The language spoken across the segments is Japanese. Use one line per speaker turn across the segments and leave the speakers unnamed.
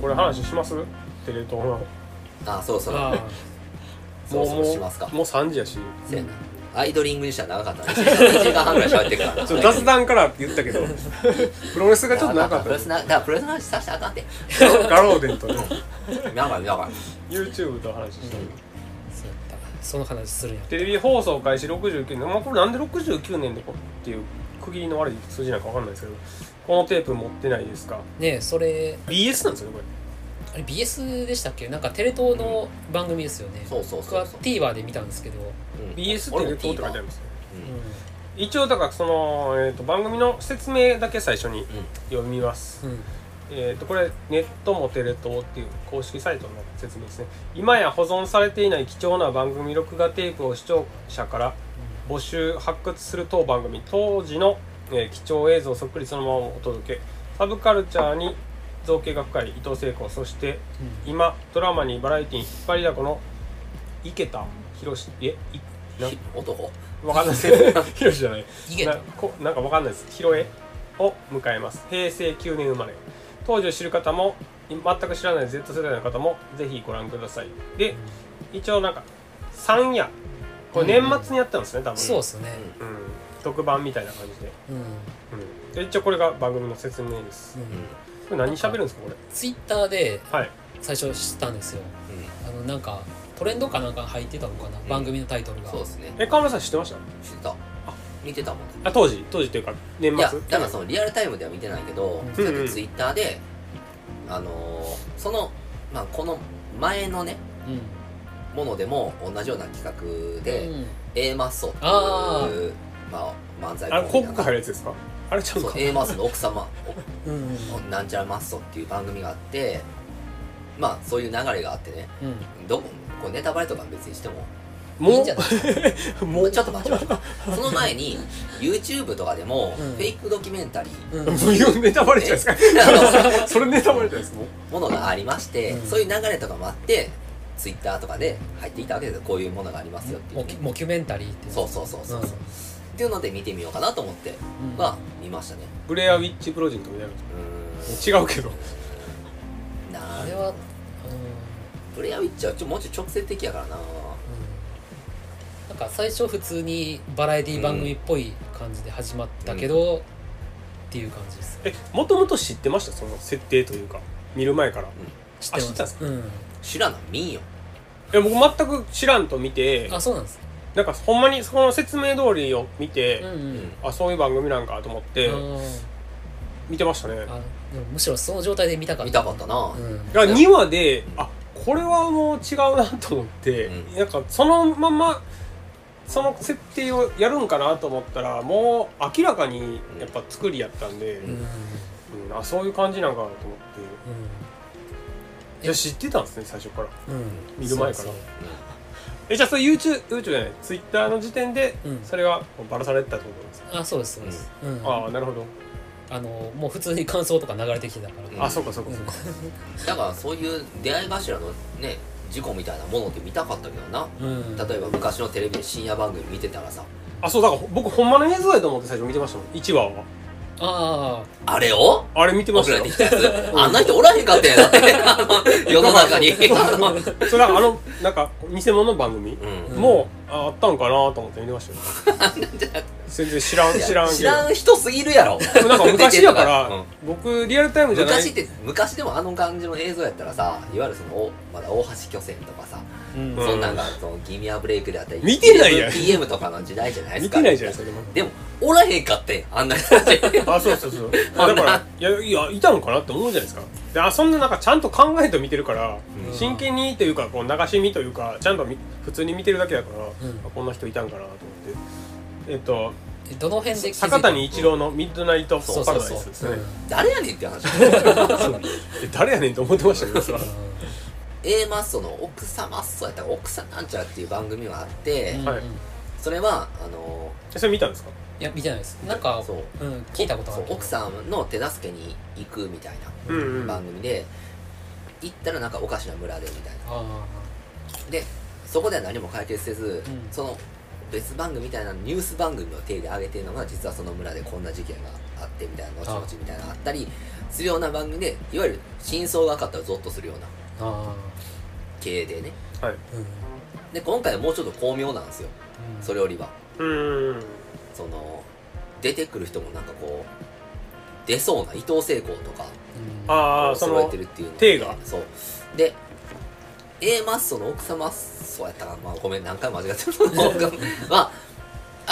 これ話しますテレ東の
あそうそう
あ
そろそろしますか
もう3時やし
せやなアイドリングにしたら長かったね1時間半ぐらい喋ってるか ら
ちょっと雑談からって言ったけどプロレスがちょっとなかっ
プロレス
た
なだからプロレスの話させてあかんって
ガローデンとね
なんかなんか
YouTube と話して
そうやったその話するやん
テレビ放送開始69年、まあ、これなんで69年でこっていう区切りの悪い数字なんかわかんないですけどこのテープ持ってないですか
ねえそれ
BS なんですよねこれ
あれ BS でしたっけなんかテレ東の番組ですよね、
そうそう
僕
そう
は
そう
TVer で見たんですけど、
うん
BS ってレ東って書いてあるんですよ
うん
一応だからその、えー、と番組の説明だけ最初に読みます、
うんうん
えー、とこれネットもテレ東っていう公式サイトの説明ですね今や保存されていない貴重な番組録画テープを視聴者から募集発掘する当番組当時の、えー貴重映像そっくりそのままお届けサブカルチャーに造形が深い伊藤聖子そして今ドラマにバラエティーに引っ張りだこの池田博士えい な
ひ男
わか んない です博士じゃない
いけ
な
た
こなんかわかんないです広江を迎えます平成9年生まれ当時を知る方もい全く知らない Z 世代の方もぜひご覧くださいで一応なんか3夜これ年末にやったんですね、多分
そうっすね
うん、特番みたいな感じで,、
うん、うん
うん、で一応これが番組の説明ですこれ何喋るんですかこれ
ツイッターで
はい
最初知ったんですよ
うんうん
あのなんかトレンドかなんか入ってたのかな、
ん
番組のタイトルが
そうですね
え川村さん知ってました
知ってた見てたもん
あ当時当時というか年
いや
末
だからそのリアルタイムでは見てないけど、
うん
そうやってツイッターであのーそのまあこの前のね
うん
ものでも同じような企画で、
うん
A マッソっていう
あ
まあ、漫才
あれ
コ
広
ンビなん
告
か
入るやつですかあれちゃう
そう
か
A マッソの奥様
うんうん
おなんちゃらマッソっていう番組があってまあそういう流れがあってね
うん
どここれネタバレとか別にしてもいい
も
んじゃないう
もう
ちょっと待って待ってその前に YouTube とかでも、
うん
フェイクドキュメンタリー
うん
もう言うネタバレじゃないです
えあ
かそれネタバレじゃないですか
のものがありまして、
うん
そういう流れとかもあってツイッターとかで入っていたわけですよこういうものがありますよっていう
モ
ね、
キモキュメンタリーってい
そうそうそうそう、っていうので見てみようかなと思って
うんうん
まあ見ましたね
ブレアウィッチプロジェクトみたいな
うー
違うけど
んな
あ
あ
れは、うん
プレイヤーウィッチはちょもうちょい直接的やからな
うんなんか最初普通にバラエティ番組っぽい感じで始まったけど、っていう感じです
えもともと知ってましたその設定というか見る前から
知
あ知ってたんです
か、うん、
知らなみんよ
え僕全く知らんと見て
あそうなんです
なんかほんまにその説明通りを見て、
うんう
うん
ん
あそういう番組なんかと思って見てましたね
あーあでもむしろその状態で見たかった
見たかったな、
うん
だから2話で、あこれはもう違うなと思って、
う
なんかそのままその設定をやるんかなと思ったらもう明らかにやっぱ作りやったんで、
う
うん
うん
あそういう感じなんかなと思って
え
いや知ってたんですね最初から
うん
見る前から
そうそう
えじゃあそれ YouTube, YouTube じゃない Twitter の時点で
うん
それがバラされてたってことなんですか、
あそうですそうです、うん
ああなるほど、
あのもう普通に感想とか流れてきてたから、
うん
あそうかそうかそうか、
だからそういう出会い柱のね事故みたいなものって見たかったけどな
うん
例えば昔のテレビで深夜番組見てたらさ
あそうだから僕ほんまの映像やと思って最初見てましたもん1話は
あ
あれを
あれ見てました
送られ
よ
てきたやつあんな人おらへんかったんやなって あの世の中に
それはあのなんか偽物の番組
うん
もうああったんかなと思って見てましたよ 全然知らん知らんけ
知
ど
らん人すぎるやろ
でもなんか昔やから、
うん
僕リアルタイムじゃない
昔って昔でもあの感じの映像やったらさいわゆるそのおまだ大橋巨泉とかさ、
あうん
うん
そんなんがそのギミアブレイクであったり
見てないやん
PM とかの時代じゃないで
見
すか
てないじゃないですか
でもおらへんかってあんな人たち
でもあそうそうそうあだからいやいやいたのかなって思うじゃないですかであそんななんかちゃんと考えて見てるから、
うん
真剣にというかこう流し見というかちゃんと見普通に見てるだけだから、
ん
あこんな人いたんかなと思ってえっと
えどの辺で気づいた
坂谷一郎の「ミッドナイト・
そう
パラ
そう
ダイ
そう
ス」ですね
誰やねんって話
え誰やねんと思ってましたけど さ
A マッソの奥様っそやったら奥さんなんちゃらっていう番組があって、
うんうん
はい
うんい
それはあの
えそれ見たんですか
や見てないですなんか
そう
うん、聞いたことあ
そ
る
う奥さんの手助けに行くみたいな
うんうん
番組で、行ったらなんかおかしな村でみたいな
あ
でそこでは何も解決せず、
うん
その別番組みたいなニュース番組の手で上げてるのが実はその村でこんな事件があってみたいな後々みたいなのあったりするような番組でいわゆる真相が分かったらゾッとするような
あ
系でね
はい
あうんうん
で今回はもうちょっと巧妙なんですよそれよりは
うーん
その出てくる人もなんかこう出そうな伊藤聖光とか
うん
ああそ
揃え
の
てるっていうの
手が
そうで A マッソの奥様そうやったかな、まあ、ごめん何回も間違ってるまあ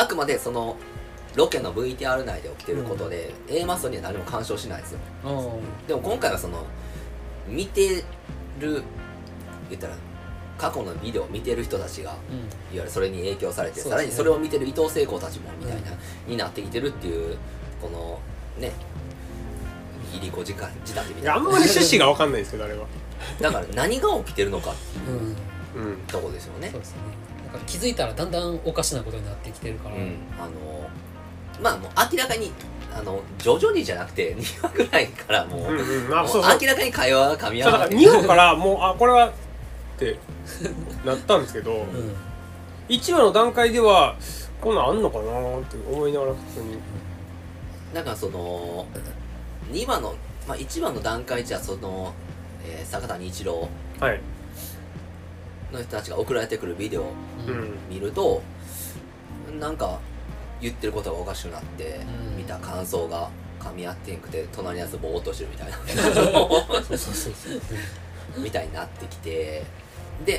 あくまでそのロケの VTR 内で起きてることで、A マッソには何も干渉しないんですよ
うん
でも今回はその見てる言ったら過去のビデオを見てる人たちが
うん
いわゆるそれに影響されて、
そうですね
さらにそれを見てる伊藤聖子たちもみたいな、になってきてるっていうこのねいりこ時間時短み
い
た
やあ
い
ん
な
まり趣旨が分かんないですけどあれは
だから何が起きてるのかっていう
うん
うん
とこですよね
そうですねなんか気づいたらだんだんおかしなことになってきてるから、
うんあのまあもう明らかにあの徐々にじゃなくて2話ぐらいからもう,、
うん
もう
うんまあそうそう
明らかに会話が噛み合
そうだ
わ
か
な
ら
い
2話からもうあこれはってなったんですけど
うん
1話の段階ではこんなんあんのかなーって思いながら普通に
なんかその2話の、まあ、1話の段階じゃその、えー坂谷一郎
はい
の人たちが送られてくるビデオを
う
うんん
見るとなんか言ってることがおかしくなって、
うん
見た感想が噛み合ってんくて隣のやつぼーっとしてるみたいな
そうそうそうそう
みたいになってきてでん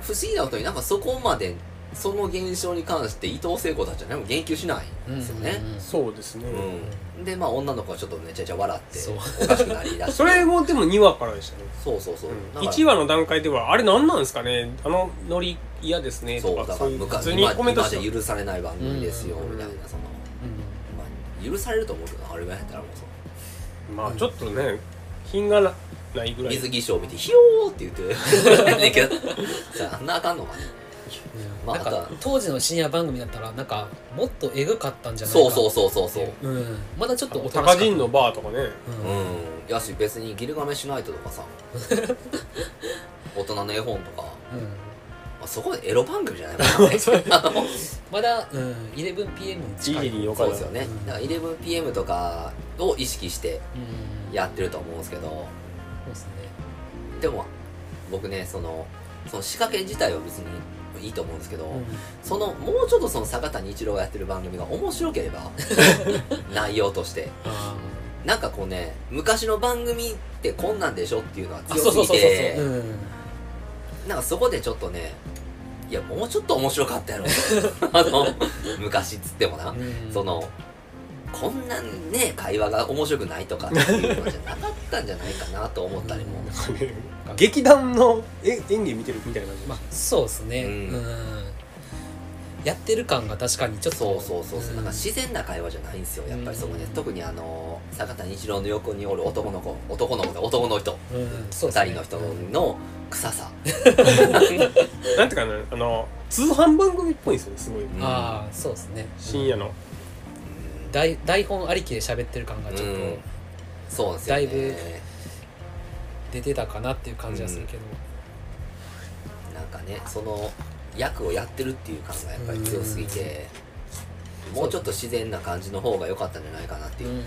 不思議なことになんかそこまでその現象に関して伊藤聖子たちは何も言及しないんですよね。
うんうんうん
そうですね、
うんでまあ女の子はちょっとめちゃくちゃ笑って
そう
おかしくなりだして
それもでも2話からでしたね
そうそうそう、
うん
だから
1話の段階ではあれ何なんですかねあのノリ嫌ですね
そ
と
うだ
か
から
そういう普
昔
通
今
にコメント
今
し
じ
て
ゃ許されない番組ですよ、
うん
みたいなその、
うん
まあ、許されると思うけどなあれぐらいやったらもうその
まあちょっとね品がなないぐらい
水着ショー見て「ひよー」って言ってる ねんけどさああんなあかんのかねまあ
なん
あと
か
は
当時の深夜番組だったらなんかもっとエグかったんじゃないか
そうそうそうそうそう
う、うん、まだちょっとおとな
高
しかった
人のバーとかね
うん
うんやし別に「ギルガメシュナイト」とか さ大人の絵本とか、
うん
まあ、そこでエロ番組じゃ ないからねあの
まだ、うん、11pm に
イ
近
ギ
い、
リーよか
そう
っ
ですよ
た
ねだから 11PM とかを意識して
うん、
やってると思うんですけど
そうですね
でも僕ねそのその仕掛け自体は別にいいと思うんですけど、そのもうちょっとその坂谷一郎がやってる番組が面白けれ ば内容として
あ
なんかこうね昔の番組ってこんなんでしょっていうのは
ーあ
強
そうそう
す
そう
ぎ
そうそう、
て
うん、
なんかそこでちょっとねいやもうちょっと面白か ったやろあの昔っつってもな、
うん
そのこんなんね会話が面白くないとかっていうのじゃなかったんじゃないかなと思ったりも、
ね劇団のえ演技見てるみたいな感じ、
まあそうですね、
う
うんんやってる感が確かにちょっと
そうそうそうそう、
ん
なんか自然な会話じゃないんですよやっぱりそこね、
うん
特にあの坂谷一郎の横におる男の子男の子で男の人
うんそう
二
ですね
人の人の臭さ、
なんていうかなあの通販番組っぽいんですよねすごい
うん
ああそうですね
深夜の
台台本ありきで喋ってる感がちょっと
うんそうなんですよ、ね、
だい出てたかなっていう感じはするけど、
なんかねその役をやってるっていう感がやっぱり強すぎて、もうちょっと自然な感じの方が良かったんじゃないかなっていうう、
ん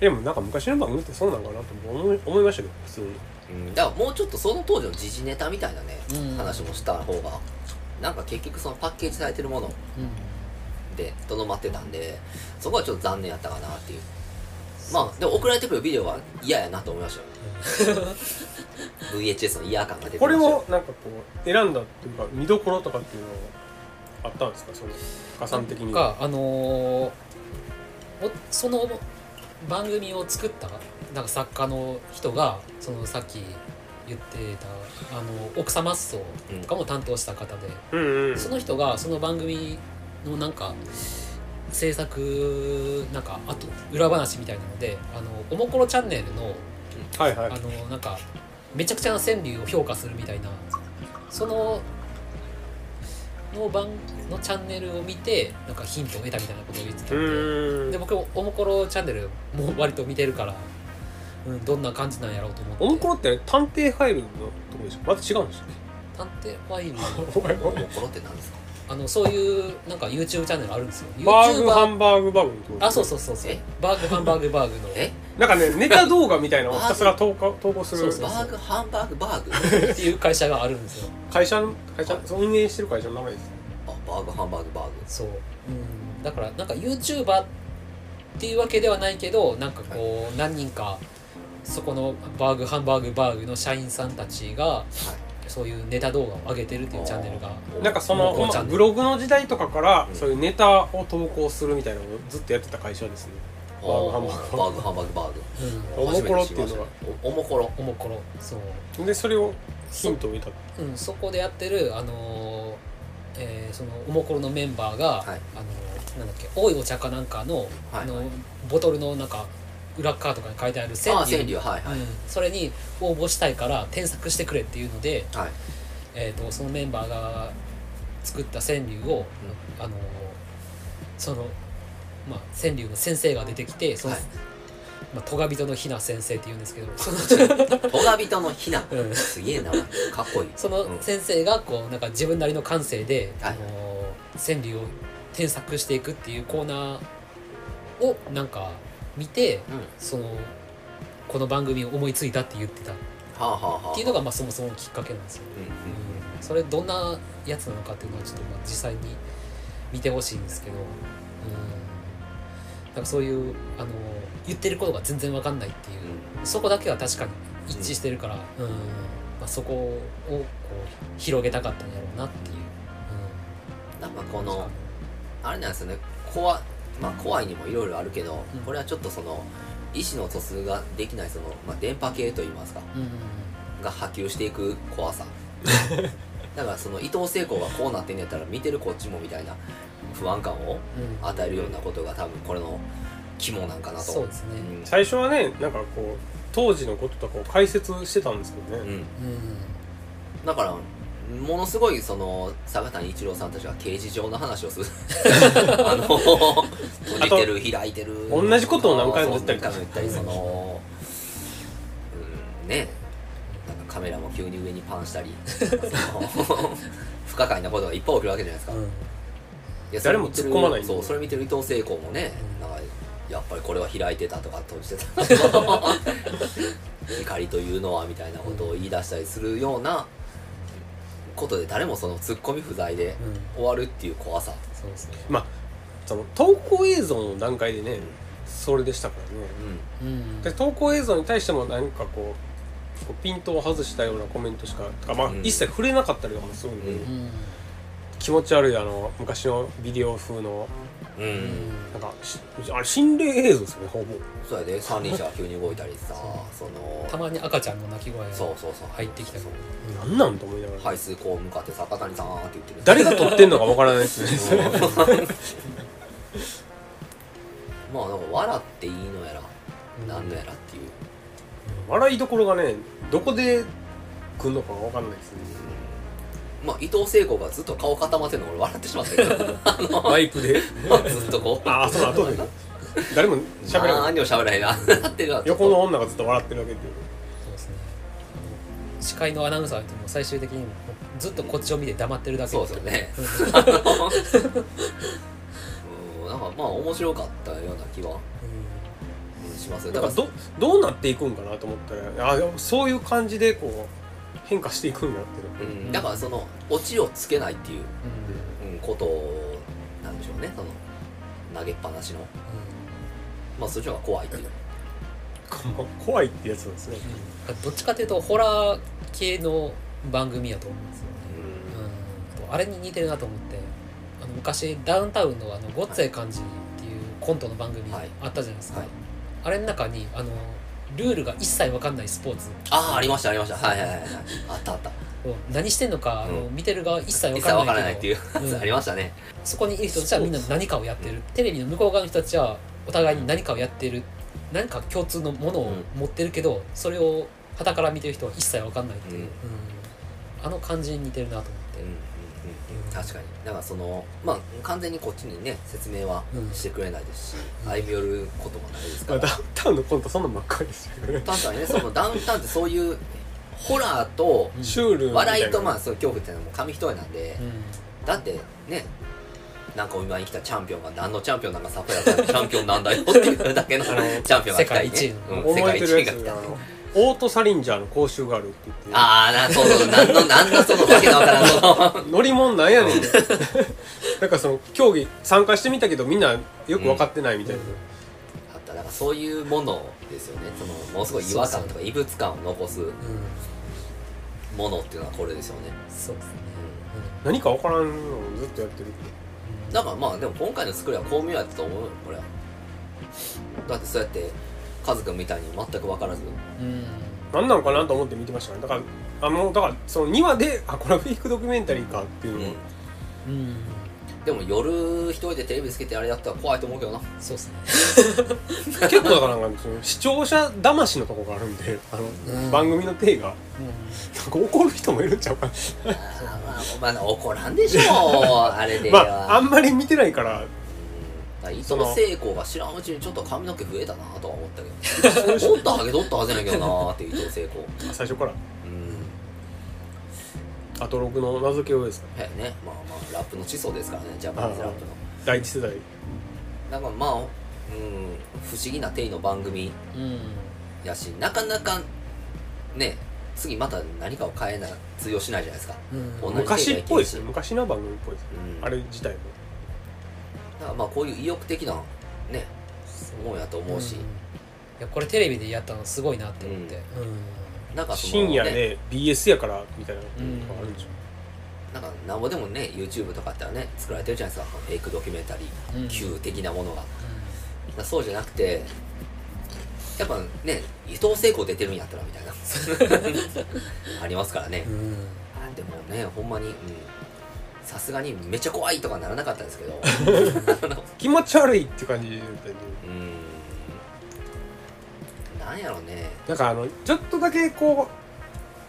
でもなんか昔の番組ってそうなんかなと思い思いましたけど普通に
うんだからもうちょっとその当時の時事ネタみたいなね、
うん
話もした方がなんか結局そのパッケージされてるもの
うん
でとどまってたんでそこはちょっと残念やったかなっていうまあでも送られてくるビデオは嫌やなと思いました よ VHS の嫌感が出てき
こ
ま
れ
したよ
をなんかこう選んだっていうか見どころとかっていうのはあったんですかその加算的に
かあのーおその番組を作ったなんか作家の人がそのさっき言ってたあの奥様層とかも担当した方で、
うんうん
その人がその番組のなんか制作なんかあと裏話みたいなので「あのおもころチャンネルの」
はいはい
あのなんかめちゃくちゃな川柳を評価するみたいなそのの番のチャンネルを見てなんかヒントを得たみたいなことを言ってた
うん
で
ーん
で僕もおもころチャンネルも割と見てるから、うん、どんな感じなんやろうと思って
おもころって探偵ファイルのとこでしょまた違うんですよ
探偵ファイル
ね
もうころって何ですか
あのそういうなんか YouTube チャンネルあるんですよ
バーグハ
YouTuber
ンバーグバーグのとこ
あそうそうそうそう
え
バーグハンバーグバーグの
え
なんかねネタ動画みたいなのをひたすら投稿投稿する
そう
バーグハンバーグバー グあ
っていう会社があるんですよ
会社の会社その運営してる会社の名前です
バーグハンバーグバーグ
そう、うん、だからなんか YouTuber っていうわけではないけどなんかこう、何人かそこのバーグハンバーグバーグの社員さんたちがそういうネタ動画を上げてるっていうチャンネルが
なんかその
おー
まあブログの時代とかから
うん
そういうネタを投稿するみたいなのをずっとやってた会社ですね
バ
バーグハンバ
バーグハンバーグバーグ
う
おもころっていうのは
初めて知りましたねおおもころ
んおもころそう
でそれをヒントを得た
うん、そこでやってる、あのーえーそのおもころのメンバーが、
はい
あのーなんだっけ多いお茶かなんかの,、
はい
あのボトルのなんか裏っ側とかに書いてある千
ああ
里
川柳はいはい
うん、それに応募したいから添削してくれっていうので、
はい
えー、とそのメンバーが作った川柳を、あのーその、まあ、川柳の先生が出てきてその、
はい
まあ、トガビトのひな先生って言うんですけどその
トガビトのひな
うん
すげえ名前かっこいい
その
うん
先生がこうなんか自分なりの感性で、
はい
あのー川柳を添削していくっていうコーナーをなんか見て
うんは
そのこの番組を思いついたって言ってたっ
あはあはあ
ていうのがまあそもそものきっかけなんですよ、
うんうん
うんそれどんなやつなのかっていうのはちょっとまあ実際に見てほしいんですけど、うん、なんかそういうあのー言ってることが全然わかんないっていうそこだけは確かに一致してるから、うんまあ、そこをこう広げたかったんやろうなっていう、
うんなんか
う
こ
ん、
のあれなんですよね怖,、まあ、怖いにもいろいろあるけど、
うん
これはちょっとその意思の疎通ができないその、まあ、電波系といいますか
うんうん
が波及していく 怖さだからその伊藤聖子がこうなってんのやったら見てるこっちもみたいな不安感を
うん
与えるようなことが多分これの肝なんかなと
そうですね、
最初はねなんかこう当時のこととかを解説してたんですけどね
うん、うん
うん、
だからものすごいその坂谷一郎さんたちが刑事上の 話をするあの閉じてる開いてる
同じことを何回も言ったり
そう何回も言ったりそのうんねなんかカメラも急に上にパンし たりその不可解なことがいっぱい起きるわけじゃないですか、
うん
いやそれ
誰も
見てる
突っ込まないんだ
そうそれ見てる伊藤聖子もね
うん
なんかやっぱりこれは開いてたとか閉じてた 怒りというのはみたいなことを言い出したりするようなことで誰もその突っ込み不在で
うん、
終わるっていう怖さ、
そうですね、
その投稿映像の段階でねそれでしたからね
う
うん
で投稿映像に対しても何かこうこうピントを外したようなコメントしかとか、まあ
うん
一切触れなかったりとかもするんで、
うん
うん
気持ち悪いあの昔のビデオ風の
ん、うん
なんかしあれ心霊映像ですよねほぼ
そうやで三輪車が急に動いたりさそ
た
の
まに赤ちゃんの泣き声
そうそうそう
入ってきたり
そう
なんなんと思いながら、
排水口向かって坂谷さんって言ってる
誰が撮ってんのかわからない です ね
まあなんか笑っていいのやら
うん
なんのやらっていう、
笑いどころがねどこで来んのかわかんないですね
まあ、伊藤聖子がずっと顔固まってるの俺笑ってしまったけ ど
バイクで
ずっとこう
ああその後で誰も喋らない
何を喋らないなな ってるな
横の女がずっと笑ってるわけで
そうですねあの司会のアナウンサーってもう最終的にもうずっとこっちを見て黙ってるだけ
そうですよね うんなんかまあ面白かったような気は
う
うんします
だ
だ
か
からら
どどうなっていくんかなと思ったらあでもそういう感じでこう変化していくんだっていう
うんだからそのオチをつけないっていう、
んうんうん
うんことをなんでしょうねその投げっぱなしのまあそっちの方が怖いっていう
こう怖いってやつなんですね
うんどっちかというとホラー系の番組やと思うんですよね、うん、あとあれに似てるなと思ってあの昔ダウンタウンのあの「ごっつえ感じ」っていうコントの番組
はい
あったじゃないですか、
はい
あれの中にあのルールが一切わかんないスポーツ
ああありましたありましたはいはいはいはいあったあった
を何してんのか、あの
う
見てる側一切わ
実
か
際わ
ん
か
な
ら
い
ないって
け
い
ど
うや つありましたね
そこにいる人たちはみんな何かをやってるテレビの向こう側の人たちはお互いに何かをやってる何か共通のものを持ってるけど、それを傍から見てる人は一切わかんないってい
う
う、
ん
うんあの感じに似てるなと思
うんうんうんうん
って、
確かにだからそのまあ完全にこっちにね説明は
うん
してくれないですし、
うん
歩み寄ることもないですか
まあ
ら
ダウンタウンのコントそんなんばっかりですよね
確かにねそのダウンタウンってそういうホラーと
うん
シュールみたいな
笑いとまあそういう恐怖っていうのはもう紙一重なんで、
うん
だってねなんかお見舞いに来たチャンピオンが何のチャンピオンなんかさっぱりわからんチャンピオンなんだよっていうだけのチャンピオンが来たりね
世界一の
うん、
思
世
えて
界一
る
位が
やつ
来
が
た
あ
りね
のオートサリンジャーの講習があるって言って
ああなそうそうなんのなんのそのわけのわからんその
乗り物なんやねん なんかその競技参加してみたけどみんなよく分かってないみたいな、
あったなんかそういうものですよねそのものすごい違和感とか異物感を残すものっていうのはこれですよね
そうですね、
何か分からんのをずっとやってるって
うん
だからまあでも今回の作りは巧妙やったと思うよこれはだってそうやってカズくんみたいに全く分からず
うん
何なのかなと思って見てましたねだからあのだからその2話であこれはフェイクドキュメンタリーかっていうのを、
うん
でも夜一人でテレビつけてあれやったら怖いと思うけどな
そうですね
結構だからなんかその視聴者魂のとこがあるんであの、
うん
番組の体が
う
なんか怒る人もいるんちゃうかな
あーまあまあ怒らんでしょあれで
ま
は、
ああんまり見てないから
うん伊
そ
藤
の
聖子が知らんうちにちょっと髪の毛増えたなとは思ったけどもっとハゲとったはずやねんけどなーっていう伊藤聖子
最初から
うん
アトロクの名付け親ですか
はやねまあまあラップの始祖ですからねジャパニーズラップの
第一世代
だからまあうん不思議な定位の番組
んうん
やしなかなかね次また何かを変えな通用しないじゃないですか、
うん
同じ
昔っぽいですね昔の番組っぽいですね
うん、
あれ自体も
だからまあこういう意欲的なねもんやと思うし、
んいやこれテレビでやったのすごいなって思って、
なんかその、ね、
深夜で BS やからみたいなのがあるんでしょ
なんかなんぼでもね YouTube とかってはね作られてるじゃないですかフェイクドキュメンタリ
うん
ー Q 的なものが、だか
う
らそうじゃなくてやっぱね伊藤聖子出てるんやったらみたいな ありますからね、
んうん
あでもねほんまにうんさすがにめっちゃ怖いとかならなかったですけどあの
気持ち悪いって感じだったんで
うんなんやろね
なんかあのちょっとだけこ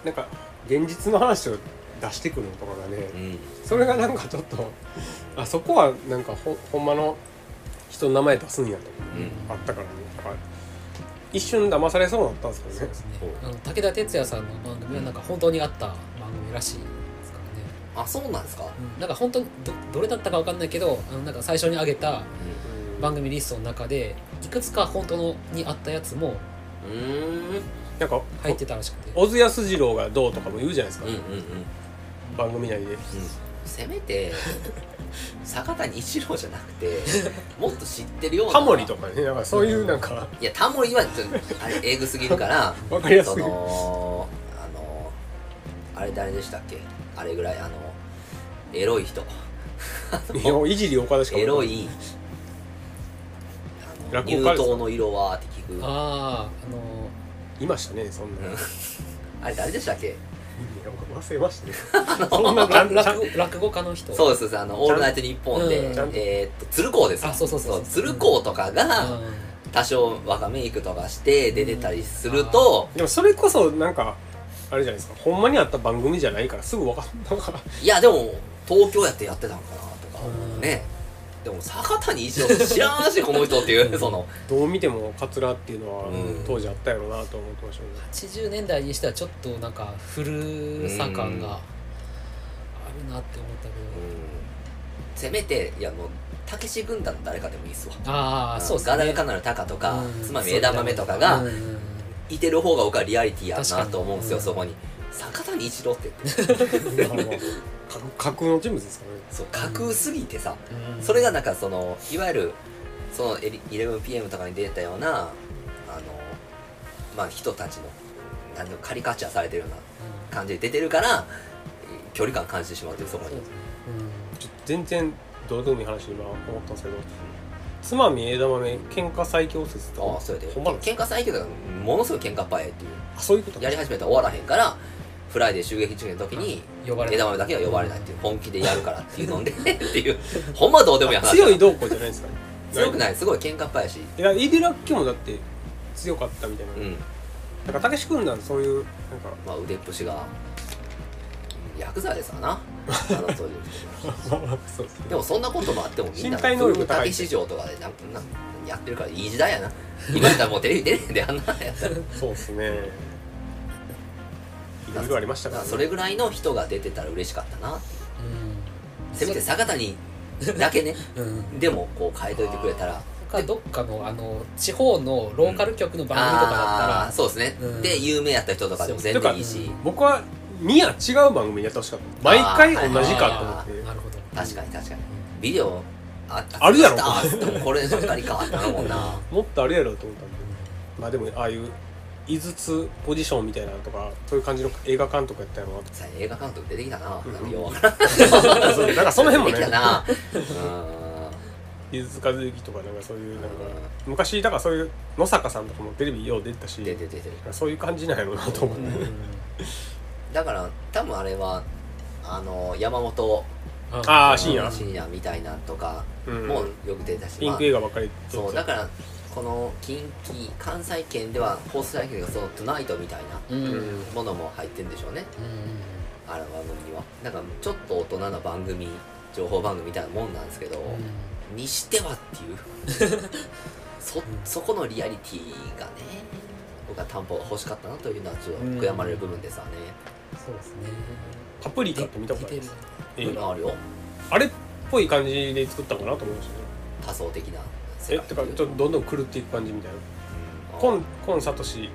うなんか現実の話を出してくるのとかがね
うん
それがなんかちょっとあそこはなんかほほんまの人の名前出すんやとか
うん
あったからねだから一瞬騙されそうだったんですけど
そう
ね
ですね
そう
あの武田鉄矢さんの番組はなんか本当にあった番組らしいですからね、
あそうなんですか、
うん、なんか本当にどどれだったかわかんないけどあのなんか最初に上げた
うん
番組リストの中でいくつか本当のにあったやつも
うん、うん
なんか
入ってたらしくて
小津安二郎がどうとかも言うじゃないですか、
うんうんうん
番組内で
せめて坂谷一郎じゃなくてもっと知ってるような
タモリとかねなんかそういうなんか
いやタモリはちょっとあれエグすぎるから
わかりやす
そ
い
のあのあれ誰でしたっけあれぐらいあのエロい人
いやいじり岡田しか
エ
思
ロ
い浮か
いあの
落語
入
家です
党の色はって聞くあ
あああ
ば
の
んいましたねそんな、
うん
いや
れ誰でしたっけ
忘れましたねそんななんちゃん
落落語家の人
そう
う
ですそうですあの「オールナイトニッポン」で、
うん
えーっと鶴光です
あそうそうそうそう
鶴光とかが、
ん
多少若メイクとかして出てたりすると、
でもそれこそなんかあれじゃないですかほんまにあった番組じ ゃないからすぐ分かったから
いやでも東京やってやってたんかなとか、
うん
ねでも坂谷一郎知らんしこの人っていうその
どう見てもカツラっていうのは
うん
当時あったやろうなと思ってました ね、
80年代にしてはちょっとなんか古さ感があるなって思ったけど、
せめていやもうたけし軍団の誰かでもいいっすわ
ああそうですね
ガダルカナルタカとか、
うん
つまみ枝豆とかが、
そうだねうん
いてる方が僕はリアリティやなと思うんですよ、
確
そこに坂谷一郎って
だからまあ架架空の人物ですかね
そう架空すぎてさ、
うん
それがなんかそのいわゆるそのエリ 11PM とかに出たようなあのまあ人たちの何でもカリカチュアされてるような
うん
感じで出てるから距離感感じてしまうっていうそこ
そう
に
ですね
ちょっと全然どうでもいい話今思ったんですけどつまみ枝豆喧嘩最強説と
あ
か
あそれで
ほんまなんです
喧嘩最強だからものすごい喧嘩っぱいってい
あそういうこと
うやり始めたら終わらへんからフライデー襲撃中の時に
呼ばれ
枝豆だけは呼ばれないっていう本気でやるからっていうので っていうほんまどうでもいい話
強いどうこうじゃないですかね
強くないすごい喧嘩っぱいやし
いやイデラッキもだって強かったみたいな、
うん
なんかたけし君なんそういうなんか
まあ腕っぷしがヤクザですわなあの当時の人
そうですね
でも そんなこともあってもみんな
身体能力高い
たけ市場とかでなんなんやってるからいい時代やな今やったらもうテレビ出れへんであんなのやったら
そうですね いろいろありました
だ
か、
からら
ね、
それぐらいの人が出てたら嬉しかったな
うん
せめて坂谷だけね
うん
でもこう変えといてくれたら
かどっかのあの地方のローカル局の番組とかだった
ああ
ら
ー、そうですね、
うん
で有名やった人とかでも全然いいし
僕は2や違う番組でやってほしかった毎回同じかと思って
なるほど
確かに確かにビデオあ
あるやろ
あったあったこればっかりかなるもんな
もっとあれやろうと思ったんでまあでもああいう井筒ポジションみたいなのとかそういう感じの映画監督やったよな
さ映画監督出てきたな、
うん
なんかようわからん
そうなんかその辺も
出てきた
ね
なうん
井筒和之とかなんかそういうなんか昔だからそういう野坂さんとかもテレビよう出てたし
出て出て
そういう感じなんやろうなと思って、
うん
だから多分あれはあの山本
ああ深夜
深夜みたいなんとか
うん
もよく出てたし、
ピンク映画ばっかり撮ってた
そうだからこの近畿関西圏では放送されてるけどその「トゥナイト」みたいな
うんうんうん
うん
ものも入ってるんでしょうねあの番組にはなんかちょっと大人な番組情報番組みたいなもんなんですけど、にしてはっていう そそこのリアリティがね僕は担保が欲しかったなというのはちょっと悔やまれる部分ですわね、
そうですね
パプリカって見たことあり
出
ま
て
す
る
映画
あるよ
あれっぽい感じで作ったのかなと思いましたね
多層的な
えってかちょっとどんどん狂っていく感じみたいな
今、
コ
うん
ンコンサトシ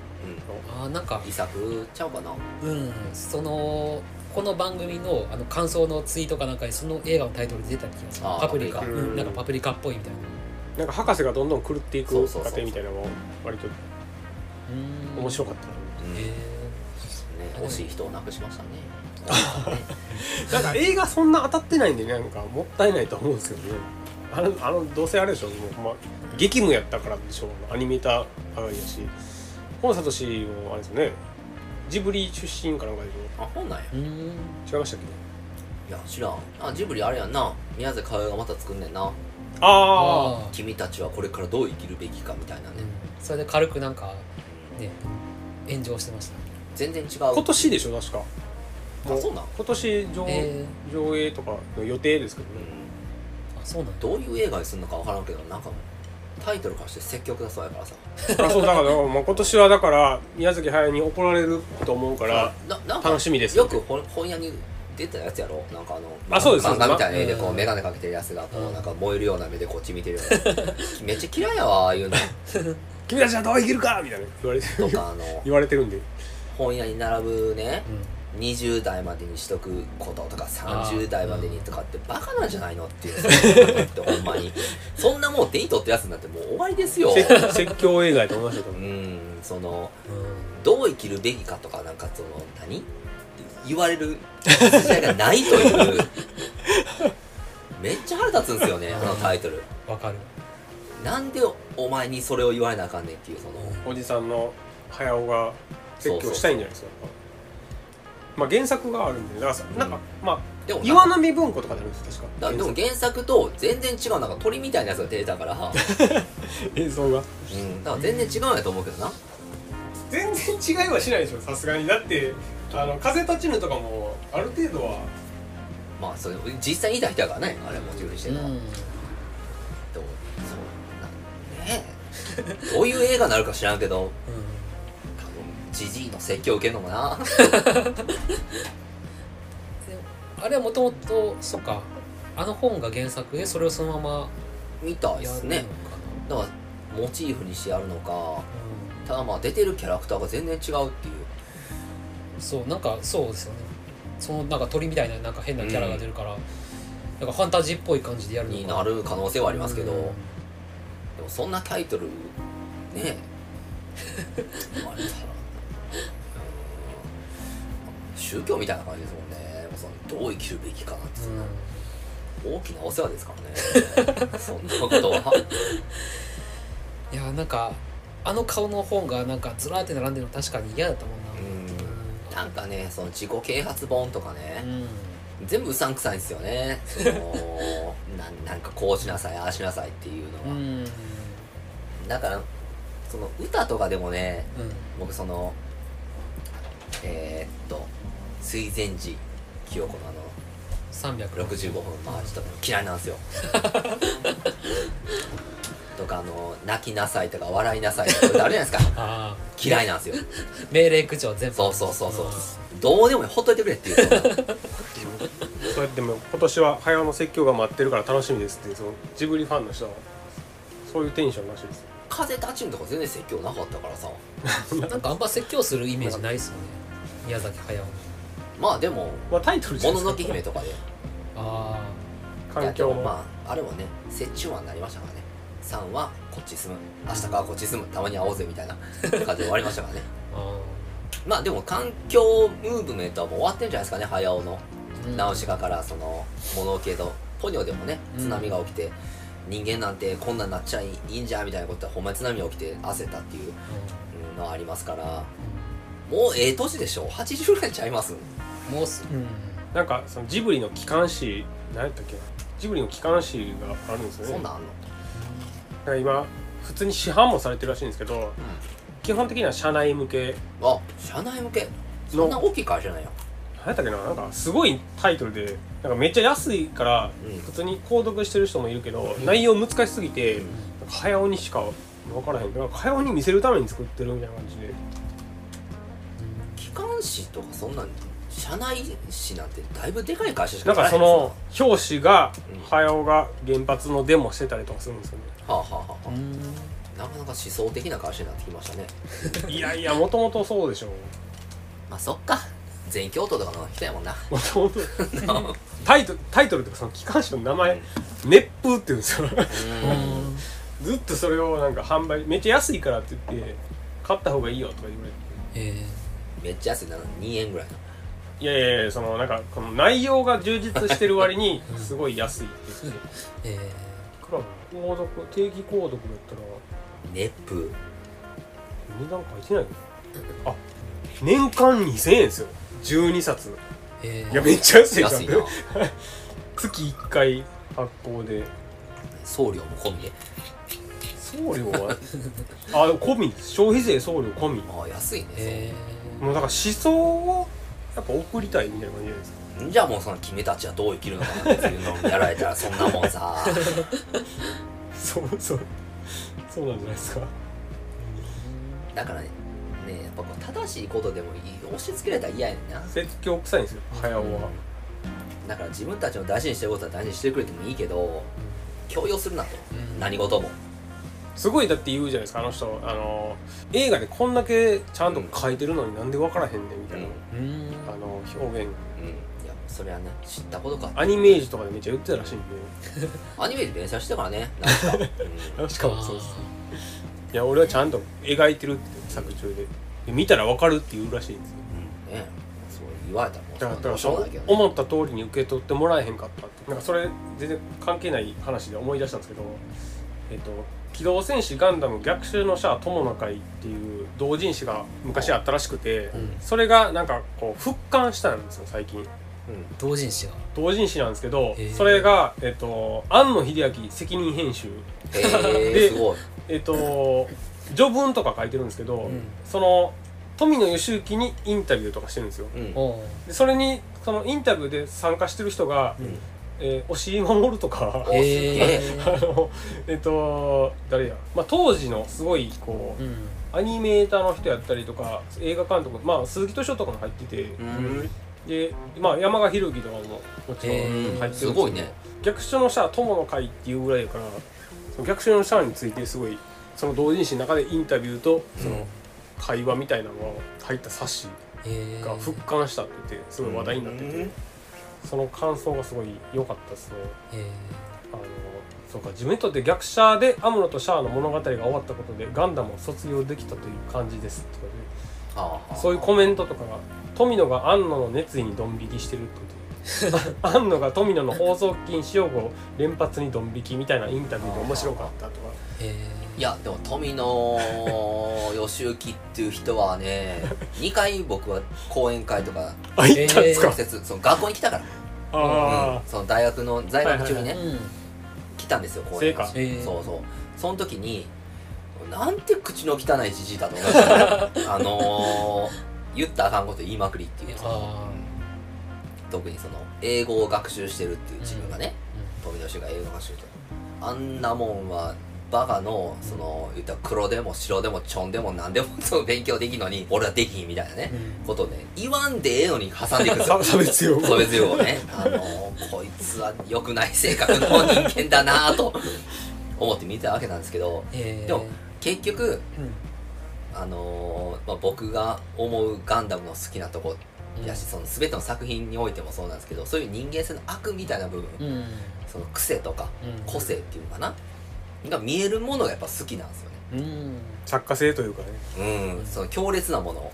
あーなんか
遺作ちゃうかな
うんそのこの番組のあの感想のツイートかなんかにその映画のタイトル出た気がする
あー
パプリカ
パプ
リカ
うんなんかパプリカっぽいみたい
な
な
んか博士がどんどん狂ってい
そ
く
うそうそ
過
う
程みたいなのも割と
うん
面白かったな
うん
へ
ね、
うん
惜しい人を亡くしましたね
なんか映画そんな当たってないんでねなんかもったいないと思うんですけどねあのあのどうせあれでしょもう、まあ、激務やったからでしょうアニメーター上がりだしコンサトシもあれですよねジブリ出身かなんかでし
あ本なんや
ーうん
ょ違いましたっけ
いや知らんあジブリあれやんな宮崎駿がまた作んねんな
ああ
あー
君たちはこれからどう生きるべきかみたいなね、
うんそれで軽くなんかね炎上してました
全然違う
今年でしょ確か
あそうなん、
今年上,、
え
上映とかの予定ですけどね
あそうなんだ
どういう映画にするのか分からんけどなんかタイトルからして積極だそうやからさ
あそうだからもう今年はだから宮崎駿に怒られると思うから
ななんか
楽しみです
よく本本屋に出たやつやろなんかあの
あそうです
漫画みたいな絵でこ
う
うん眼鏡かけてるやつがこ
う
うんなんか燃えるような目でこっち見てるようなめっちゃ嫌いやわああいうの
「君たちはどう生きるか!」みたいな言われて
とかあの
言われてるんで
本屋に並ぶね
う
20代までにしとくこととか
あー
30代までにとかってバカなんじゃないのっていう ほんまにそんなもん手に取ったやつなんてもう終わりですよ
説説教映画やと思いましたけ
う
ど
んその
んうん
どう生きるべきかとかなんかその何言われる時代がないというめっちゃ腹立つんですよねあのタイトル
わかる
なんでお前にそれを言われなあかんねんっていうその
おじさんの早尾が説教したいんじゃないですかまあ原作があるんでだからさなんかまあ
でも
岩
な
波文庫とかであるんです確
だ
か
でも原作と原然違うなんか鳥みたいなやつが出てたから、う
映像が
ん、だから全然違うんやと思うけどな
全然違いはしないでしょさすがにだってあの風立ちぬとかもある程度は
まあそれ実際にいた人やからねあれモチーフにして
う
るのは、
ん
でもそうなんねえどういう映画になるか知らんけど多分ジジイの説教受けるのもな
あれはもともとそっかあの本が原作でそれをそのま
みた
ま
いで
や
す
るのかな、
ねだからモチーフにしてやるのか
う、
ただまあ出てるキャラクターが全然違うっていうん
そうなんかそうですよねそのなんか鳥みたいななんか変なキャラが出るから、なんかファンタジーっぽい感じでやるのか
になる可能性はありますけど、
うん
でもそんなタイトルねえ 言われたらうん宗教みたいな感じですもんねもうそのどう生きるべきかってそんな大きなお世話ですから ねそんなことは
うんいやなんかあの顔の本がなんかずらーって並んでるの確かに嫌だったもんな
うんなんかねその自己啓発本とか
う
ね、
ん
全部うさんくさいんですよねその なんなんかこうしなさいああしなさいっていうの
う
は、
ん
だからその歌とかでもね
うん
僕そのえー、っと水前寺清子のあの
365
65本マーチとか嫌いなんですよとかあの「泣きなさい」とか「笑いなさい」とか歌あるじゃないですか
ああ
嫌いなんですよ
命令口調全部
そうそうそうそうどうでもいいほっといてくれっていうそんなでも
そうやっても今年は早尾の説教が待ってるから楽しみですってそのジブリファンの人はそういうテンションらしいですよ
風立ちぬとか全然説教なかったからさ
なんかあんま説教するイメージないっすよね宮崎駿の
まあでも
まあタイトル
「
じゃ
も
な
の
い
の
で
け
すか
姫」とかで
あ
いや
環
で
境
も
も、
まああれはね折衷案になりましたからね3はこっち住む明日からこっち住むたまに会おうぜみたいな感じで終わりましたからね
ーあ
まあでも環境ムーブメントはもう終わってるんじゃないですかね早尾の
ーうん
直しがからその物置けどポニョでもね
うん
津波が起きて、人間なんてこんなんなっちゃいいんじゃみたいなことはほんまに津波が起きて焦ったっていううんのはありますからもうええ年でしょ80ぐらいちゃいます
うんもうすうん
なんかそのジブリの機関誌何やったっけなジブリの機関誌があるんですよね
そんなんあんの
だから今普通に市販もされてるらしいんですけど、基本的には社内向け
あ社内向けそんな大きい会社なんや
何やったっけななんかすごいタイトルでなんかめっちゃ安いから
うん
普通に購読してる人もいるけど、内容難しすぎて、
う
な
ん
んか早尾にしか分からへんなんか早尾に見せるために作ってるみたいな感じで
機関誌とかそんなん社内誌なんてだいぶでかい会社し
な
か
んかその表紙が
うん
早尾が原発のデモしてたりとかするんですよね
はあはあはあは
うん
あなかなか思想的な会社になってきましたね
いやいやもともとそうでしょ
まあそっか全教徒とかの人やもんな
もともとタイトルタイトルとかその機関誌の名前「熱風」って言うんですよ
うん
ずっとそれをなんか販売めっちゃ安いからって言って買った方がいいよとか言われて
え
めっちゃ安いな2円ぐらい
いやいやいやそのなんかこの内容が充実してる割 にすごい安いって言って
ー、え
いくらなの購読定期購読だったら
熱風
値段書いてないのあ年間2000円ですよ12冊
ー、えー、
いやめっちゃ安いじゃ
安
ん
いな
月1回発行で
送料も込みで
送料は あ込みです消費税送料込みも
ああ安いね、
え
うだから思想をやっぱ送りたいみたいな感じじゃないですか
じゃあもうその君たちはどう生きるのかなっていうのをやられたらそんなもんさ
そうそうそうなんじゃないですか
だからねねやっぱこう正しいことでもいい押し付けられたら嫌やねんな
説教臭いんですよ早尾は、
だから自分たちの大事にしてることは大事にしてくれてもいいけど強要するなと
ーうん
何事も
すごいだって言うじゃないですかあの人あの映画でこんだけちゃんと書いてるのになんで分からへんねんみ
う
た
ん
い
うん
な、
うん
あの表現
いやそれはね知ったことか
アニメージュとかでめっちゃ言ってたらしいんで
アニメで連載してたからねなんか、うん
確かもそうですいや俺はちゃんと描いてるって作中でで見たら分かるって言うらしいんですよ
うんねそう言われたらも
だからだ
うそう
から
しょうがないけど、ね、
思った通りに受け取ってもらえへんかったってなんかそれ全然関係ない話で思い出したんですけど「えっと機動戦士ガンダム逆襲のシャア友の会」っていう同人誌が昔あったらしくて、
うん
それがなんかこう復刊したんですよ最近
うん
同人誌が
同人誌なんですけど
へー
それが、えっと庵野秀明責任編集
え
で
ー、すごい
えっと序文とか書いてるんですけど、
うん
その富野義行にインタビューとかしてるんですよ
うん
おー
でそれにそのインタビューで参加してる人が、
ん
えー、押井守るとか
お
え
す
あのえっと誰や、まあ、当時のすごいこう、
うん
アニメーターの人やったりとか映画監督、まあ、鈴木敏夫とかも入ってて、
うん
で、まあ、山賀博之とかももちろん入ってるんですけど
うんすごいね
逆襲のシャア友の会っていうぐらいだからその逆襲のシャアについてすごいその同人誌の中でインタビューとその会話みたいなのが入った冊子
え
が復刊したって言ってすごい話題になってて、
うん
その感想がすごい良かったですね
え
あのそうか自分にとって逆シャアでアムロとシャアの物語が終わったことでガンダムを卒業できたという感じですとかで
ああ
そういうコメントとかが富野が安野の熱意にドン引きしてるってこと 安野が富野の放送禁止用語を連発にドン引きみたいなインタビューが面白かったとか
え
いやでも富野義行っていう人は ね2回僕は講演会とか
あ行ったんです
そ
か
直、接その学校に来たから
あ
うんその大学の在学中にね、
えうん
来たんですよ講演会
成
果へえ
そうそうその時になんて口の汚いじじいだと思いましたねあのー、言ったらあかんこと言いまくりっていう
あ
特にその英語を学習してるっていう自分がね、富野氏が英語を学習してるあんなもんはバカのその言ったら黒でも白でもちょんでも何でもその勉強できんのに俺はできひんみたいなね、ことで言わんでええのに挟んでいく んですよ
さ差別用語
差別用語ねあのこいつは良くない性格の人間だなぁと思って見てたわけなんですけど
えー
でも結局
うん
あのーまあ、僕が思うガンダムの好きなとこやし、その全ての作品においてもそうなんですけどそういう人間性の悪みたいな部分、
うんうん
その癖とか個性っていうのかなが見えるものがやっぱ好きなんですよね
うん
作家性というかね
うんその強烈なもの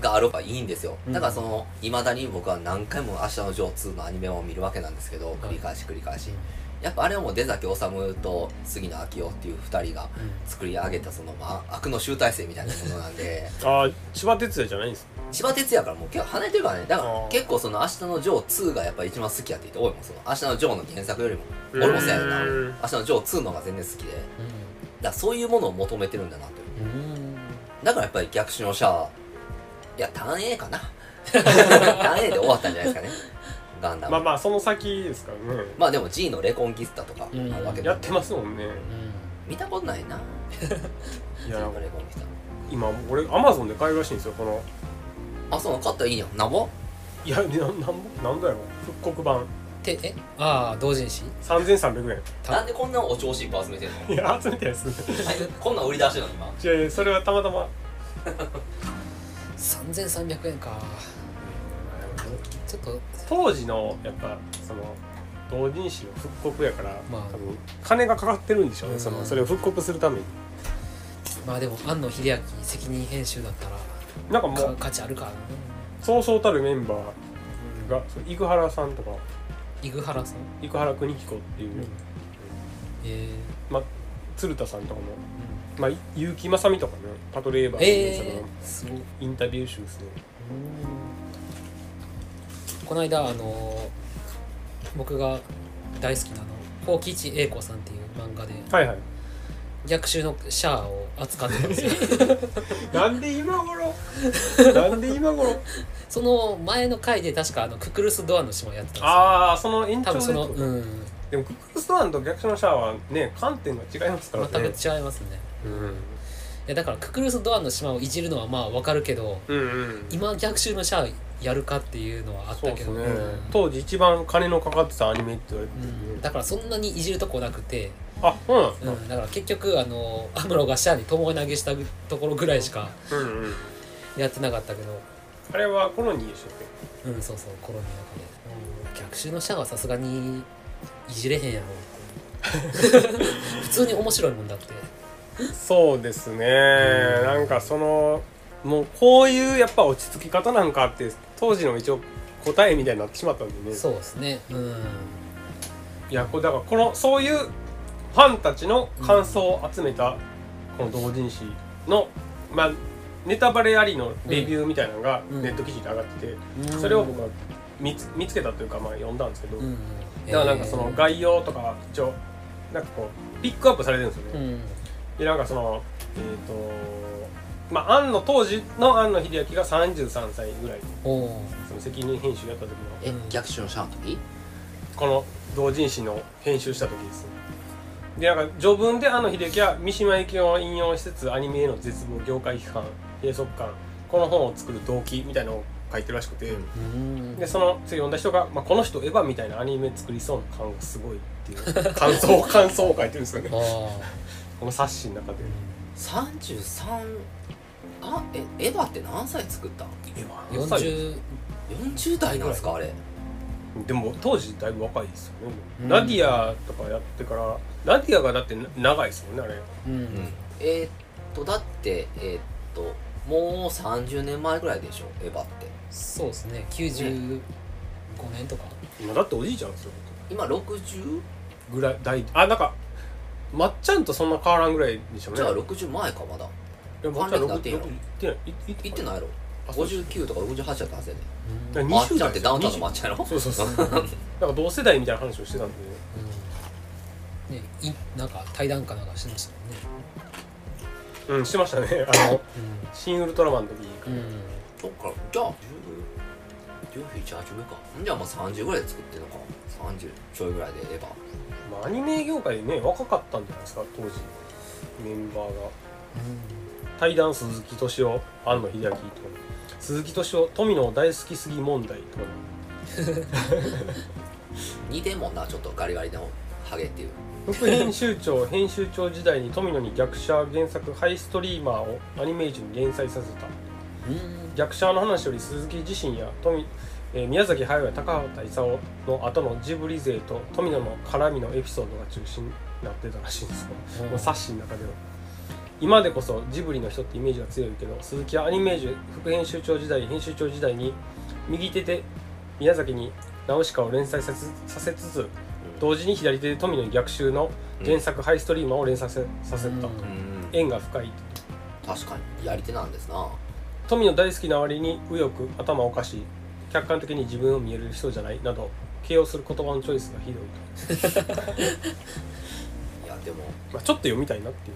があればいいんですよ
うん
だからそのいまだに僕は何回も「明日のジョー2」のアニメを見るわけなんですけど繰り返し繰り返しやっぱあれはもう出崎治と杉野明夫っていう2人が作り上げたその、まあ、悪の集大成みたいなものな んで
ああ千葉哲也じゃないんです
千葉哲也からもう結構離れてるからねだか
あ
ら
ー
結構その「明日のジョー2」がやっぱ一番好きやって言って多いもんその「明日のジョー」の原作よりも俺もそうやねんな
うーん
明日のジョー2の方が全然好きでだからそういうものを求めてるんだなという
うんうん
だからやっぱり逆襲のシャアいやターン A かなターン A で終わったんじゃないですかねガンダ
ま
ムま
あ
あ、
まあその先ですからね、
でも G のレコンキスタとかあるわけ
や
だ
ってますもんね
見たことないない G
やなん
の
か
レコンキス
今俺アマゾンで買えるらしいんですよこの
タあそう買ったらいいやんなんぼ
いやななんぼなんだよ復刻版
てえああ同人誌
3300
た
なんでこんなお調子いっぱい集めてん の
円いや集めたやつい
あいつこんなん売り出してんの今
やいやそれはたまたま
3300円かちょっと
当時のやっぱその同人誌の復刻やから、
まあ
多分金がかかってるんでしょうね、
うん
そのそれを復刻するために
まあでも庵野秀明責任編集だったら
なんかも
か
う
価値あるからな
そうそうたるメンバーがそう生原さんとか
イグハラさん
生原邦彦っていう、
うんえ
まあ、鶴田さんとかも、まあ、結城正美とかねパトレーバ
ー、
ー
え
の
ー
その、
すごい
インタビュー集ですね
この間あの僕が大好きなあの幸吉英子さんっていう漫画で
はいはい
逆襲のシャアを扱ってたんですよ
なんで今 頃なんで今頃
その前の回で確かあのククルス・ドアの島やってたんですよ
ああその延
多
長で
分そのうん
でもクックルストアンと逆者のシャアはね観点が違いますから
全
ね
く違いますね
うん
いやだからククルス・ドアの島をいじるのはまあわかるけど
うんうん
今逆襲のシャアやるかっていうのはあっ
そう
た
で
け
す
ど
ね、
うん
当時一番金のかかってたアニメって言われて
う
て、
んだからそんなにいじるとこなくて、
あそうなんです
う
か
ん、だから結局あのアムロがシャアに巴投げしたところぐらいしか
うんうん
やってなかったけど
あれはコロニーでしたっ
うんそうそうコロニーの中で、うん、逆襲のシャアはさすがにいじれへんやろ 普通に面白いもんだって
けそうですねなんかそのもうこういうやっぱ落ち着き方なんかって当時の一応答えみたいになってしまったんでね
そうですねうん
いやこれだからこのそういうファンたちの感想を集めたこの同人誌の、まあネタバレありのレビューみたいなのが
うん
ネット記事で上がってて、
うん
それを僕は見つ見つけたというかまあ読んだんですけど、
うんうん
だからなんかその概要とか一応なんかこうピックアップされてるんですよ
う
ね、
ん
でなんかそのえっ、とまあ庵野当時の庵野秀明が33歳ぐらい
おー
その責任編集やった時の
え逆襲のシャアの時
この同人誌の編集した時ですねでなんか序文であの秀樹は三島由紀夫を引用しつつアニメへの絶望業界批判閉塞感この本を作る動機みたいなのを書いてるらしくて、
うん
うん
でその次読んだ人が、まあ、この人エヴァみたいなアニメ作りそうな感がすごいっていう感想感想を書いてるんですよね
あー
この冊子の中で
33あえエヴァって何歳作った
エヴァ
40
40代なんですかあれ
でも当時だいぶ若いですよね、
うん
ナディアとかやってからナディアがだって長いですもんねあれ
う
うんんえーっとだってえーっともう30年前ぐらいでしょエヴァって
そうですね95年とか
今だっておじいちゃんですよ
今 60?
ぐらい大あなんかまっちゃんとそんな変わらんぐらいでしょうね
じゃあ60前かまだ
いやまっちゃん
還暦なってんやろ
60いってないい
行ってないやろ
あそうです
59とか68だったはずやね
だから
まっ
20
ちゃん
代
ってダウンタウンのま
20
っちゃんやろ
そうそうそう なんか同世代みたいな話をしてたんで
うんねいなんか対談かなんかしてましたも
うんしてましたねあの
んね
新ウルトラマンの時
うん、うん、
そっかじゃあ10 10 18上かじゃあもう30ぐらいで作ってんのか30ちょいぐらいでエヴァ
まあ、アニメ業界ね若かったんじゃないですか当時メンバーが対談鈴木敏夫庵野秀明と鈴木敏夫富野大好きすぎ問題と
似てんもんなちょっとガリガリのハゲっていう
副編集長 編集長時代に富野に逆者原作ハイストリーマーをアニメージュに連載させた
うん
逆者の話より鈴木自身や富、えー宮崎駿や高畑勲の後のジブリ勢と富野の絡みのエピソードが中心になってたらしいんですけど
うん
まあ、冊子の中では今でこそジブリの人ってイメージが強いけど鈴木はアニメージュ副編集長時代編集長時代に右手で宮崎に「ナウシカ」を連載させさせつつ同時に左手で富野に逆襲の原作「ハイストリーマー」を連載させさせた、
うん
うん
縁が深い
確かにやり手なんですな
富野大好きな割に右翼頭おかしい客観的に自分を見える人じゃないなど形容する言葉のチョイスがひどいと、
いやでも
まあ、ちょっと読みたいなってい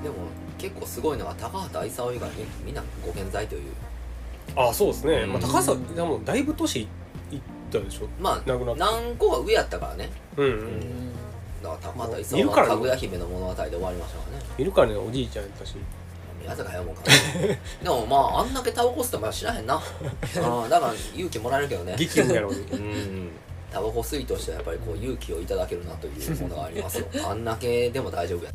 う
でも結構すごいのは高畑勲以外にみんなご健在という
ああそうですね、まあ、
うん
高さんでもだいぶ年いったでしょ
まあ
なくなった
何個か上やったからね
うん、う
うんんだから高畑
見
勲
るから
は
ね
かぐや姫の物語で終わりましたからね
いるからねおじいちゃんやったし
宮坂早もんかでもまああんだけタバコ吸ってもやしなへんなあーだから勇気もらえるけどね
激務やろうに
うんタバコ吸いとしてはやっぱりこう勇気をいただけるなというものがありますよあんだけでも大丈夫や